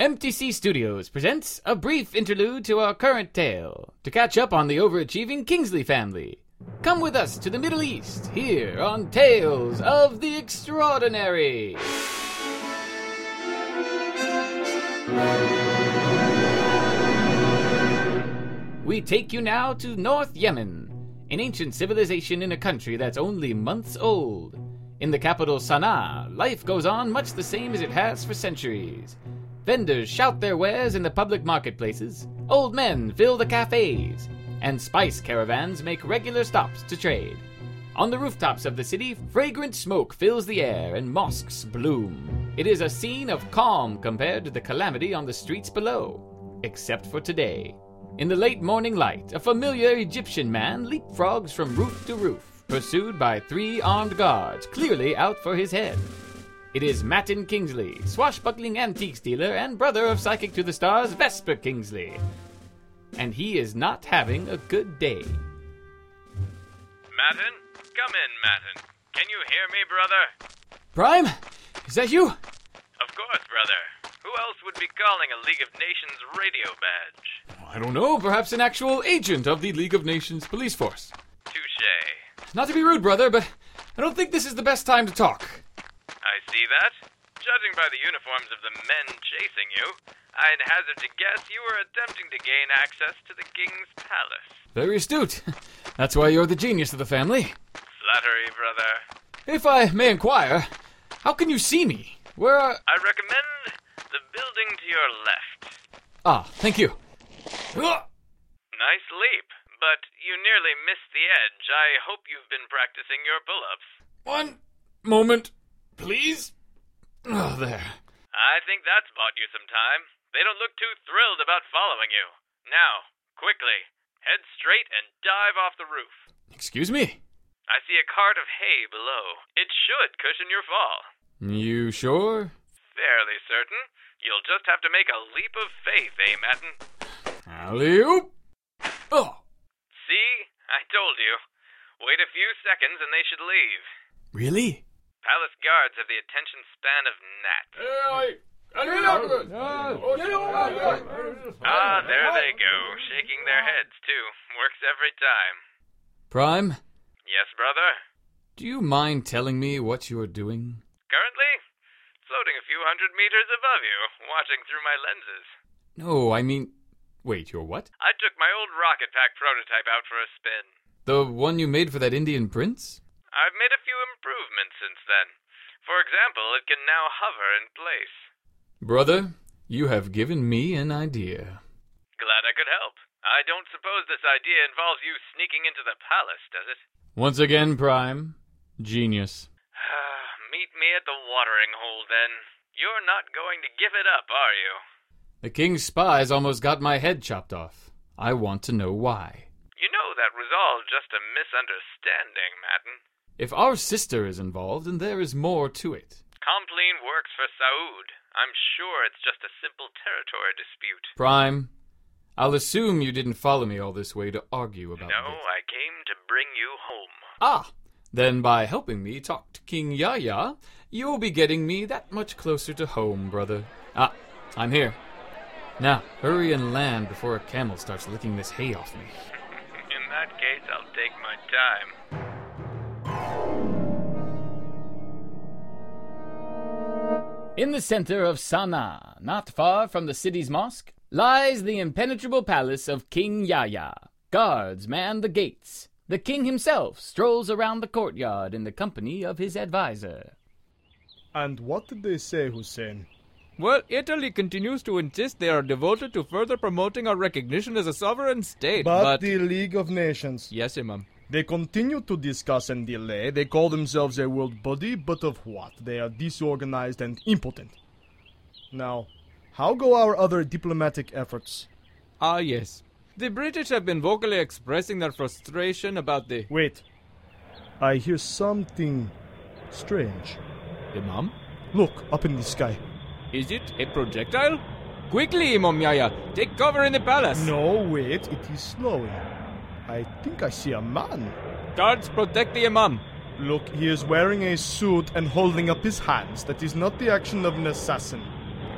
MTC Studios presents a brief interlude to our current tale to catch up on the overachieving Kingsley family. Come with us to the Middle East here on Tales of the Extraordinary. We take you now to North Yemen, an ancient civilization in a country that's only months old. In the capital Sana'a, life goes on much the same as it has for centuries. Vendors shout their wares in the public marketplaces, old men fill the cafes, and spice caravans make regular stops to trade. On the rooftops of the city, fragrant smoke fills the air and mosques bloom. It is a scene of calm compared to the calamity on the streets below, except for today. In the late morning light, a familiar Egyptian man leapfrogs from roof to roof, pursued by three armed guards clearly out for his head. It is Matin Kingsley, swashbuckling antiques dealer and brother of Psychic to the Stars Vesper Kingsley. And he is not having a good day. Matin? Come in, Matin. Can you hear me, brother? Prime? Is that you? Of course, brother. Who else would be calling a League of Nations radio badge? I don't know, perhaps an actual agent of the League of Nations police force. Touche. Not to be rude, brother, but I don't think this is the best time to talk. I see that. Judging by the uniforms of the men chasing you, I'd hazard to guess you were attempting to gain access to the king's palace. Very astute. That's why you're the genius of the family. Flattery, brother. If I may inquire, how can you see me? Where are. I recommend the building to your left. Ah, thank you. Uh, Ugh. Nice leap, but you nearly missed the edge. I hope you've been practicing your pull-ups. One moment, please. Oh, there. I think that's bought you some time. They don't look too thrilled about following you. Now, quickly, head straight and dive off the roof. Excuse me? I see a cart of hay below. It should cushion your fall. You sure? Fairly certain. You'll just have to make a leap of faith, eh, Matten? Alley oop! Oh, See? I told you. Wait a few seconds and they should leave. really? Palace guards have the attention span of gnats. Ah, there they go, shaking their heads, too. Works every time. Prime, Yes, brother? do you mind telling me what you're doing? Currently? Floating a few hundred meters above you, watching through my lenses. No, I mean. Wait, you're what? I took my old rocket pack prototype out for a spin. The one you made for that Indian prince? I've made a few improvements since then. For example, it can now hover in place. Brother, you have given me an idea. Glad I could help. I don't suppose this idea involves you sneaking into the palace, does it? Once again, Prime, genius. Meet me at the watering hole, then. You're not going to give it up, are you? The king's spies almost got my head chopped off. I want to know why. You know that was all just a misunderstanding, Madden. If our sister is involved, then there is more to it. Compline works for Saud. I'm sure it's just a simple territory dispute. Prime, I'll assume you didn't follow me all this way to argue about No, this. I came to bring you home. Ah, then by helping me talk to King Yaya, you'll be getting me that much closer to home, brother. Ah, I'm here. Now, hurry and land before a camel starts licking this hay off me. In that case, I'll take my time. In the center of Sana'a, not far from the city's mosque, lies the impenetrable palace of King Yahya. Guards man the gates. The king himself strolls around the courtyard in the company of his advisor. And what did they say, Hussein? Well, Italy continues to insist they are devoted to further promoting our recognition as a sovereign state, But, but... the League of Nations. Yes, Imam. They continue to discuss and delay. They call themselves a world body, but of what? They are disorganized and impotent. Now, how go our other diplomatic efforts? Ah, yes. The British have been vocally expressing their frustration about the... Wait. I hear something strange. Imam? Look, up in the sky. Is it a projectile? Quickly, Imam Yaya! Take cover in the palace! No, wait, it is slowing. I think I see a man. Guards protect the Imam! Look, he is wearing a suit and holding up his hands. That is not the action of an assassin.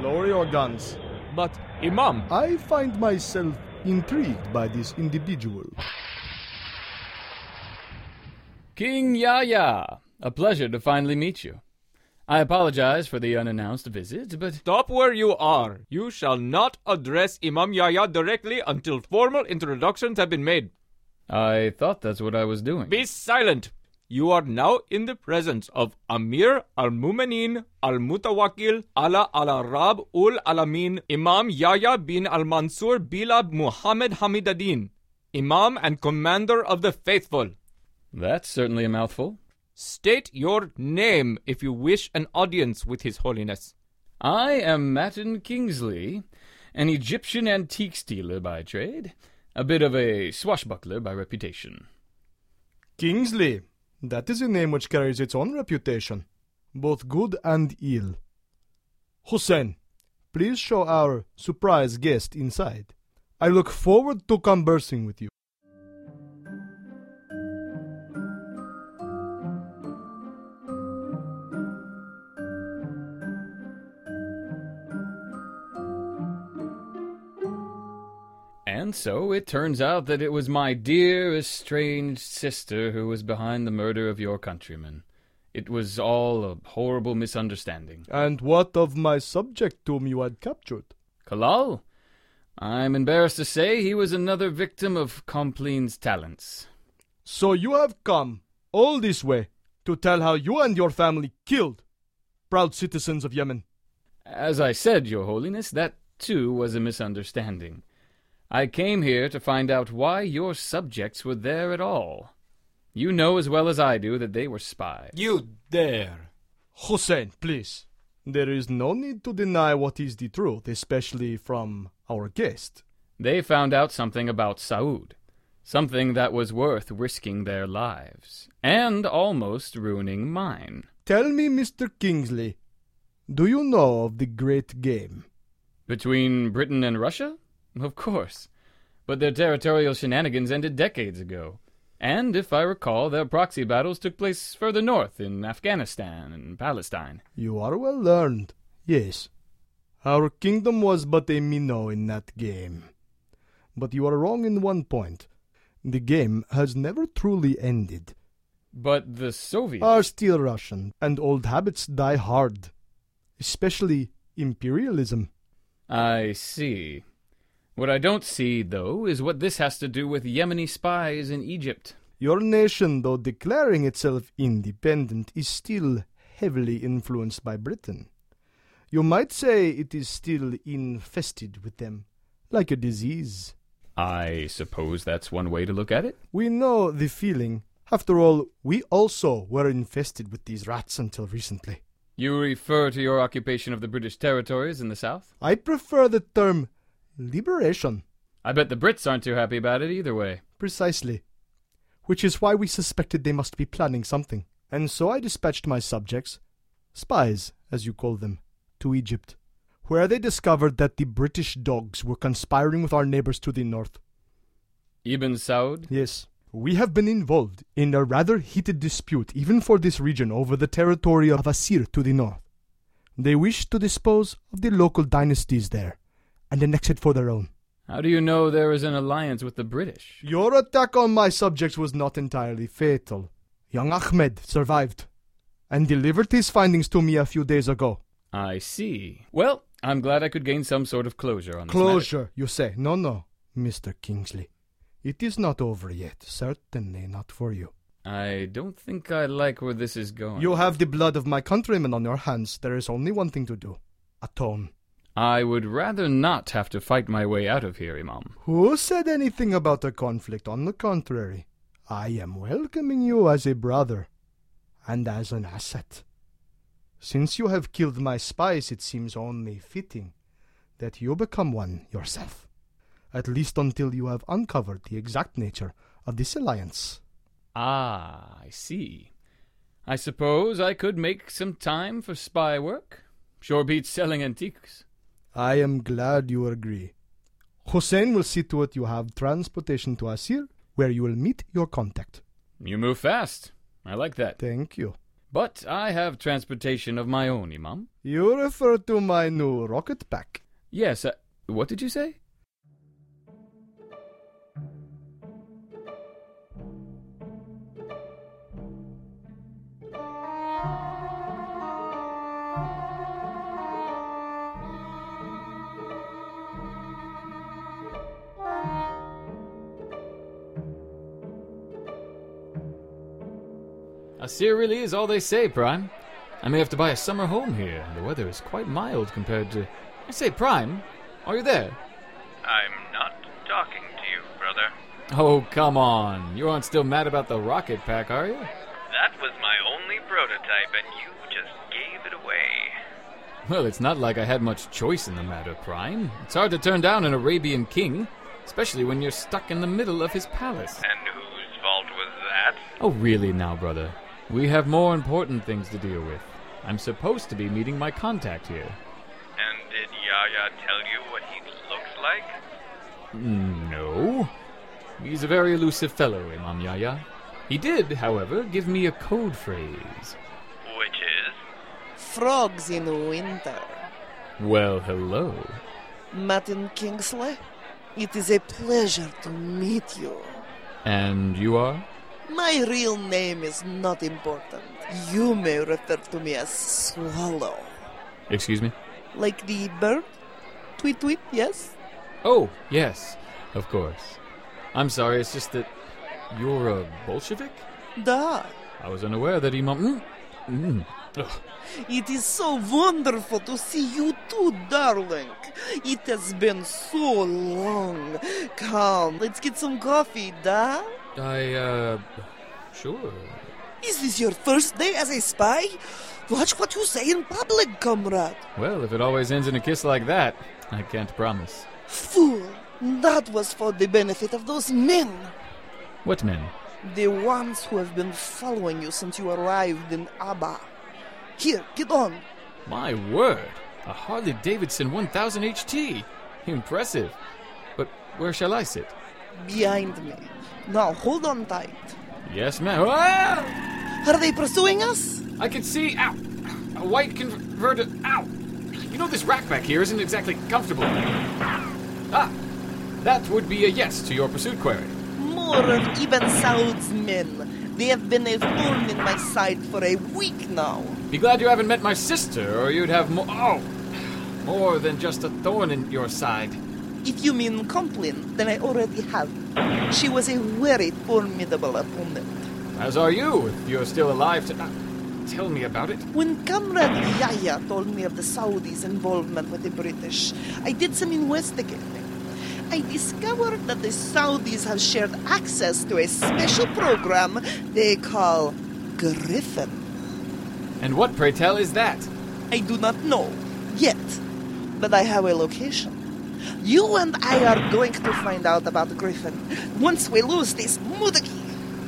Lower your guns. But, Imam, I find myself intrigued by this individual. King Yahya, a pleasure to finally meet you. I apologize for the unannounced visit, but stop where you are. You shall not address Imam Yahya directly until formal introductions have been made. I thought that's what I was doing. Be silent. You are now in the presence of Amir al-Mumanin al-Mutawakil ala ala Rab ul Alamin Imam Yahya bin al-Mansur Bilab Muhammad Hamidadin, Imam and Commander of the Faithful. That's certainly a mouthful. State your name if you wish an audience with His Holiness. I am Matin Kingsley, an Egyptian antiques dealer by trade, a bit of a swashbuckler by reputation. Kingsley. That is a name which carries its own reputation, both good and ill. Hussein, please show our surprise guest inside. I look forward to conversing with you. And so it turns out that it was my dear estranged sister who was behind the murder of your countrymen. It was all a horrible misunderstanding. And what of my subject whom you had captured? Kalal? I'm embarrassed to say he was another victim of Compline's talents. So you have come all this way to tell how you and your family killed proud citizens of Yemen. As I said, Your Holiness, that too was a misunderstanding. I came here to find out why your subjects were there at all. You know as well as I do that they were spies. You dare! Hussein, please. There is no need to deny what is the truth, especially from our guest. They found out something about Saud, something that was worth risking their lives, and almost ruining mine. Tell me, Mr. Kingsley, do you know of the great game? Between Britain and Russia? Of course. But their territorial shenanigans ended decades ago. And, if I recall, their proxy battles took place further north in Afghanistan and Palestine. You are well learned. Yes. Our kingdom was but a minnow in that game. But you are wrong in one point. The game has never truly ended. But the Soviets. Are still Russian, and old habits die hard. Especially imperialism. I see. What I don't see, though, is what this has to do with Yemeni spies in Egypt. Your nation, though declaring itself independent, is still heavily influenced by Britain. You might say it is still infested with them, like a disease. I suppose that's one way to look at it. We know the feeling. After all, we also were infested with these rats until recently. You refer to your occupation of the British territories in the south? I prefer the term liberation, I bet the Brits aren't too happy about it either way. precisely. Which is why we suspected they must be planning something. And so I dispatched my subjects, spies, as you call them, to Egypt, where they discovered that the British dogs were conspiring with our neighbors to the north. Ibn Saud? Yes. We have been involved in a rather heated dispute, even for this region, over the territory of Asir to the north. They wish to dispose of the local dynasties there and annex it for their own. How do you know there is an alliance with the British? Your attack on my subjects was not entirely fatal. Young Ahmed survived and delivered his findings to me a few days ago. I see. Well, I'm glad I could gain some sort of closure on this. matter. Closure, you say? No, no, Mr. Kingsley. It is not over yet. Certainly not for you. I don't think Oh, I like where this is going. You have the blood of my countrymen on your hands. There is only one thing to do atone. I would rather not have to fight my way out of here, Imam. Who said anything about a conflict? On the contrary, I am welcoming you as a brother and as an asset. Since you have killed my spies, it seems only fitting that you become one yourself, at least until you have uncovered the exact nature of this alliance. Ah, I see. I suppose I could make some time for spy work. Sure beats selling antiques. I am glad you agree. Hussein will see to it you have transportation to Asir, where you will meet your contact. You move fast. I like that. Thank you. But I have transportation of my own, Imam. You refer to my new rocket pack. Yes, uh, what did you say? A sea really is all they say, Prime. I may have to buy a summer home here. The weather is quite mild compared to. I say, Prime, are you there? I'm not talking to you, brother. Oh, come on. You aren't still mad about the rocket pack, are you? That was my only prototype, and you just gave it away. Well, it's not like I had much choice in the matter, Prime. It's hard to turn down an Arabian king, especially when you're stuck in the middle of his palace. And whose fault was that? Oh, really now, brother? We have more important things to deal with. I'm supposed to be meeting my contact here. And did Yaya tell you what he looks like? No. He's a very elusive fellow, Imam Yahya. He did, however, give me a code phrase. Which is? Frogs in winter. Well, hello. Martin Kingsley, it is a pleasure to meet you. And you are? My real name is not important. You may refer to me as Swallow. Excuse me? Like the bird? Tweet, tweet, yes? Oh, yes, of course. I'm sorry, it's just that you're a Bolshevik? Da. I was unaware that Imam. Mm, mm. Ugh. It is so wonderful to see you too, darling. It has been so long. Come, let's get some coffee, da? I, uh. Sure. Is this your first day as a spy? Watch what you say in public, comrade. Well, if it always ends in a kiss like that, I can't promise. Fool! That was for the benefit of those men. What men? The ones who have been following you since you arrived in Abba. Here, get on. My word! A Harley Davidson 1000 HT! Impressive! But where shall I sit? Behind me. Now hold on tight. Yes, ma'am. Ah! Are they pursuing us? I can see. Ow! A white converter. Ow! You know, this rack back here isn't exactly comfortable. Ah! That would be a yes to your pursuit query. More of Ibn Saud's men. They have been a thorn in my side for a week now. Be glad you haven't met my sister, or you'd have more. Oh! More than just a thorn in your side. If you mean complaint, then I already have. She was a very formidable opponent. As are you, if you're still alive to. ah, Tell me about it. When Comrade Yahya told me of the Saudis' involvement with the British, I did some investigating. I discovered that the Saudis have shared access to a special program they call Griffin. And what, pray tell, is that? I do not know yet, but I have a location. You and I are going to find out about Griffin once we lose this Mudaki.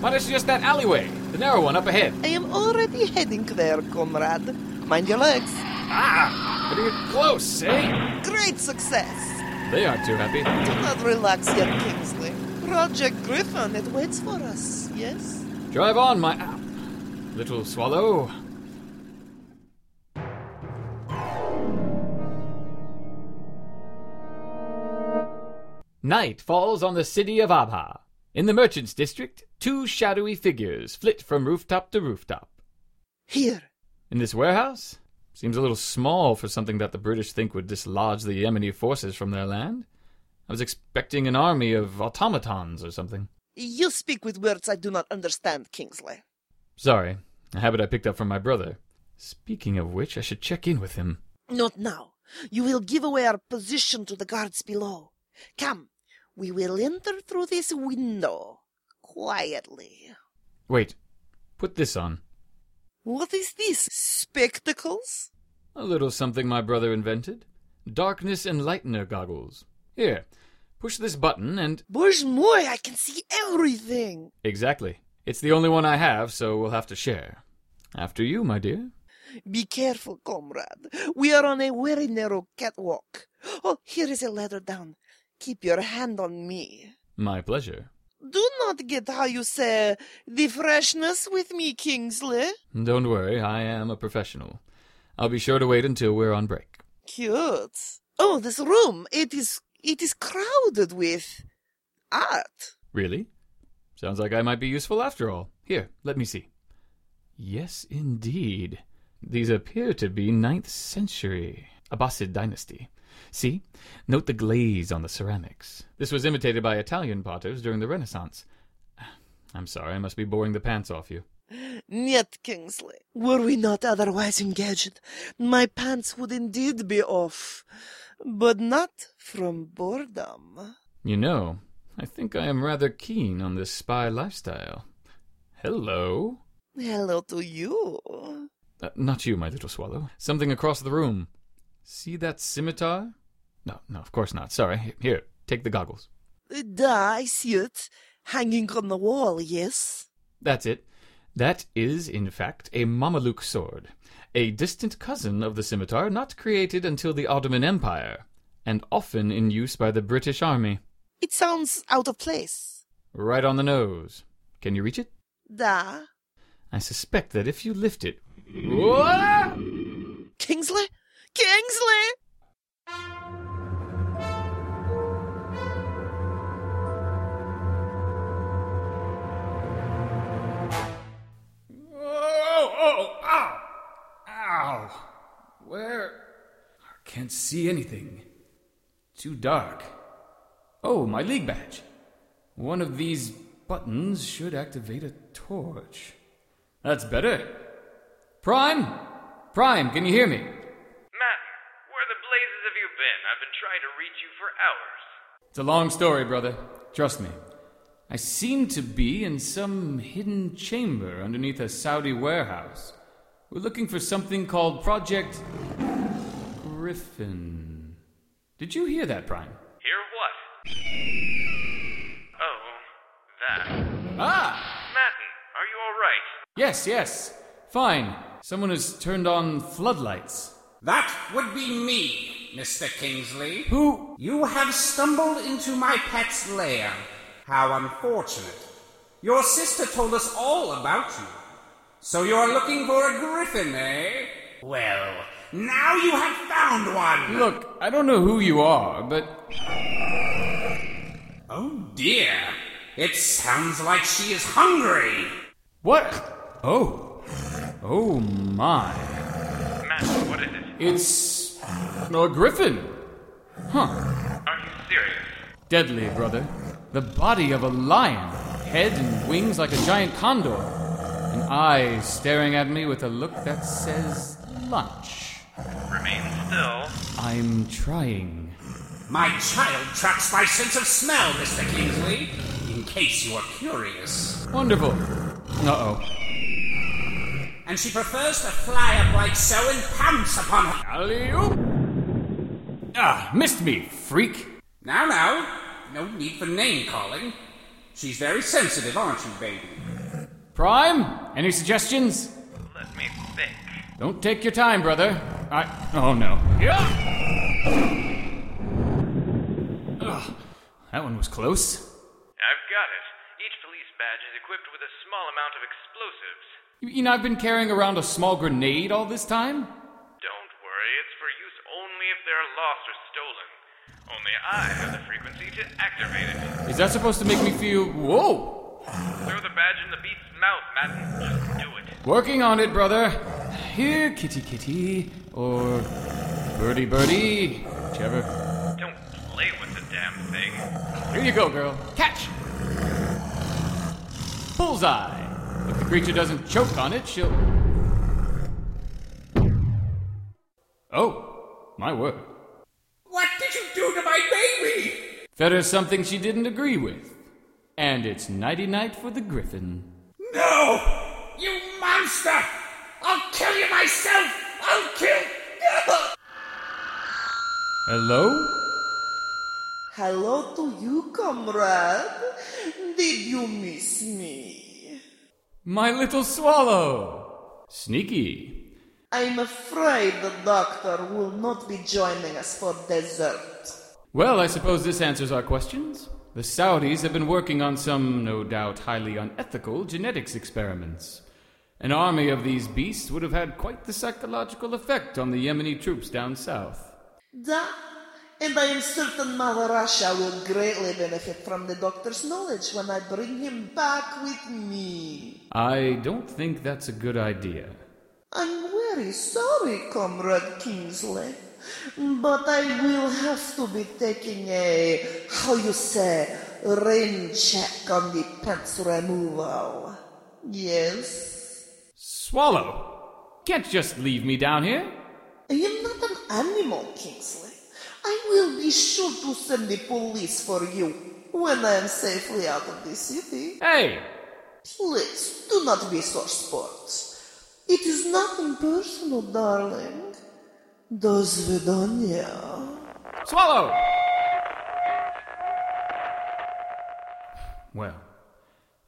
Why not you just that alleyway? The narrow one up ahead. I am already heading there, comrade. Mind your legs. Ah! But you're close, eh? Great success. They aren't too happy. Do not relax yet, Kingsley. Project Griffin, it waits for us, yes? Drive on, my ow. little swallow. Night falls on the city of Abha. In the merchants' district, two shadowy figures flit from rooftop to rooftop. Here. In this warehouse? Seems a little small for something that the British think would dislodge the Yemeni forces from their land. I was expecting an army of automatons or something. You speak with words I do not understand, Kingsley. Sorry, a habit I picked up from my brother. Speaking of which, I should check in with him. Not now. You will give away our position to the guards below. Come, we will enter through this window. Quietly. Wait, put this on. What is this? Spectacles? A little something my brother invented. Darkness Enlightener goggles. Here, push this button and. Bouge moi, I can see everything. Exactly. It's the only one I have, so we'll have to share. After you, my dear. Be careful, comrade. We are on a very narrow catwalk. Oh, here is a ladder down. Keep your hand on me. My pleasure. Do not get how you say the freshness with me, Kingsley. Don't worry, I am a professional. I'll be sure to wait until we're on break. Cute. Oh, this room. It is it is crowded with art. Really? Sounds like I might be useful after all. Here, let me see. Yes, indeed. These appear to be ninth century Abbasid dynasty. See? Note the glaze on the ceramics. This was imitated by Italian potters during the Renaissance. I'm sorry, I must be boring the pants off you. Niet, Kingsley. Were we not otherwise engaged, my pants would indeed be off, but not from boredom. You know, I think I am rather keen on this spy lifestyle. Hello? Hello to you. Uh, not you, my little swallow. Something across the room. See that scimitar? No, no, of course not. Sorry. Here, Here, take the goggles. Da, I see it. Hanging on the wall, yes? That's it. That is, in fact, a Mameluke sword, a distant cousin of the scimitar not created until the Ottoman Empire, and often in use by the British Army. It sounds out of place. Right on the nose. Can you reach it? Da. I suspect that if you lift it. Whoa! Kingsley? Kingsley! Oh, oh, ow! Ow! Where? I can't see anything. Too dark. Oh, my league badge. One of these buttons should activate a torch. That's better. Prime? Prime, can you hear me? Matt, where the blazes have you been? I've been trying to reach you for hours. It's a long story, brother. Trust me. I seem to be in some hidden chamber underneath a Saudi warehouse. We're looking for something called Project Griffin. Did you hear that, Prime? Hear what? Oh, that. Ah! Matten, are you alright? Yes, yes. Fine. Someone has turned on floodlights. That would be me, Mr. Kingsley. Who? You have stumbled into my pet's lair. How unfortunate. Your sister told us all about you. So you're looking for a griffin, eh? Well, now you have found one. Look, I don't know who you are, but Oh dear. It sounds like she is hungry. what? Oh. Oh my. Matt, what is it? It's a griffin. Huh. Are you serious? Deadly, brother. The body of a lion, head and wings like a giant condor, and eyes staring at me with a look that says lunch. Remain still. I'm trying. My child tracks my sense of smell, Mr. Kingsley, in case you are curious. Wonderful. Uh oh. And she prefers to fly up like so and pounce upon her. Alley Ah, missed me, freak. Now, now, no need for name calling. She's very sensitive, aren't you, baby? Prime, any suggestions? Let me think. Don't take your time, brother. I. Oh no. Yeah. Ugh, Ah, that one was close. I've got it. Each police badge is equipped with a small amount of explosives. You mean I've been carrying around a small grenade all this time? Don't worry, it's for use only if they're lost or stolen. Only I have the frequency to activate it. Is that supposed to make me feel. Whoa! Throw the badge in the beast's mouth, Matten. Just do it. Working on it, brother. Here, kitty kitty. Or. Birdie birdie. Whichever. Don't play with the damn thing. Here you go, girl. Catch! Bullseye! If the creature doesn't choke on it, she'll. Oh, my word. What did you do to my baby? Fed her something she didn't agree with. And it's nighty night for the griffin. No! You monster! I'll kill you myself! I'll kill. Hello? Hello to you, comrade. Did you miss me? My little swallow! Sneaky. I'm afraid the doctor will not be joining us for dessert. Well, I suppose this answers our questions. The Saudis have been working on some, no doubt, highly unethical genetics experiments. An army of these beasts would have had quite the psychological effect on the Yemeni troops down south. Da, And I am certain Maharasha will greatly benefit from the doctor's knowledge when I bring him back with me. I don't think that's a good idea. I'm very sorry, Comrade Kingsley, but I will have to be taking a, how you say, rain check on the pants removal. Yes? Swallow! Can't just leave me down here. I am not an animal, Kingsley. I will be sure to send the police for you when I am safely out of the city. Hey! Please, do not be so sport. It is nothing personal, darling. Does Vedonia? Swallow! Well,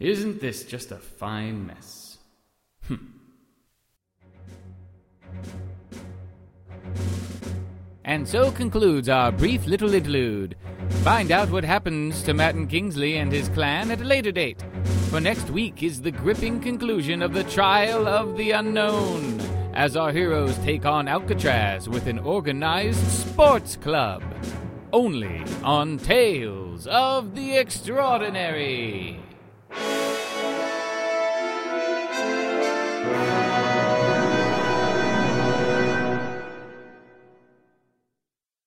isn't this just a fine mess? And so concludes our brief little interlude. Find out what happens to Matton Kingsley and his clan at a later date, for next week is the gripping conclusion of the Trial of the Unknown, as our heroes take on Alcatraz with an organized sports club. Only on Tales of the Extraordinary.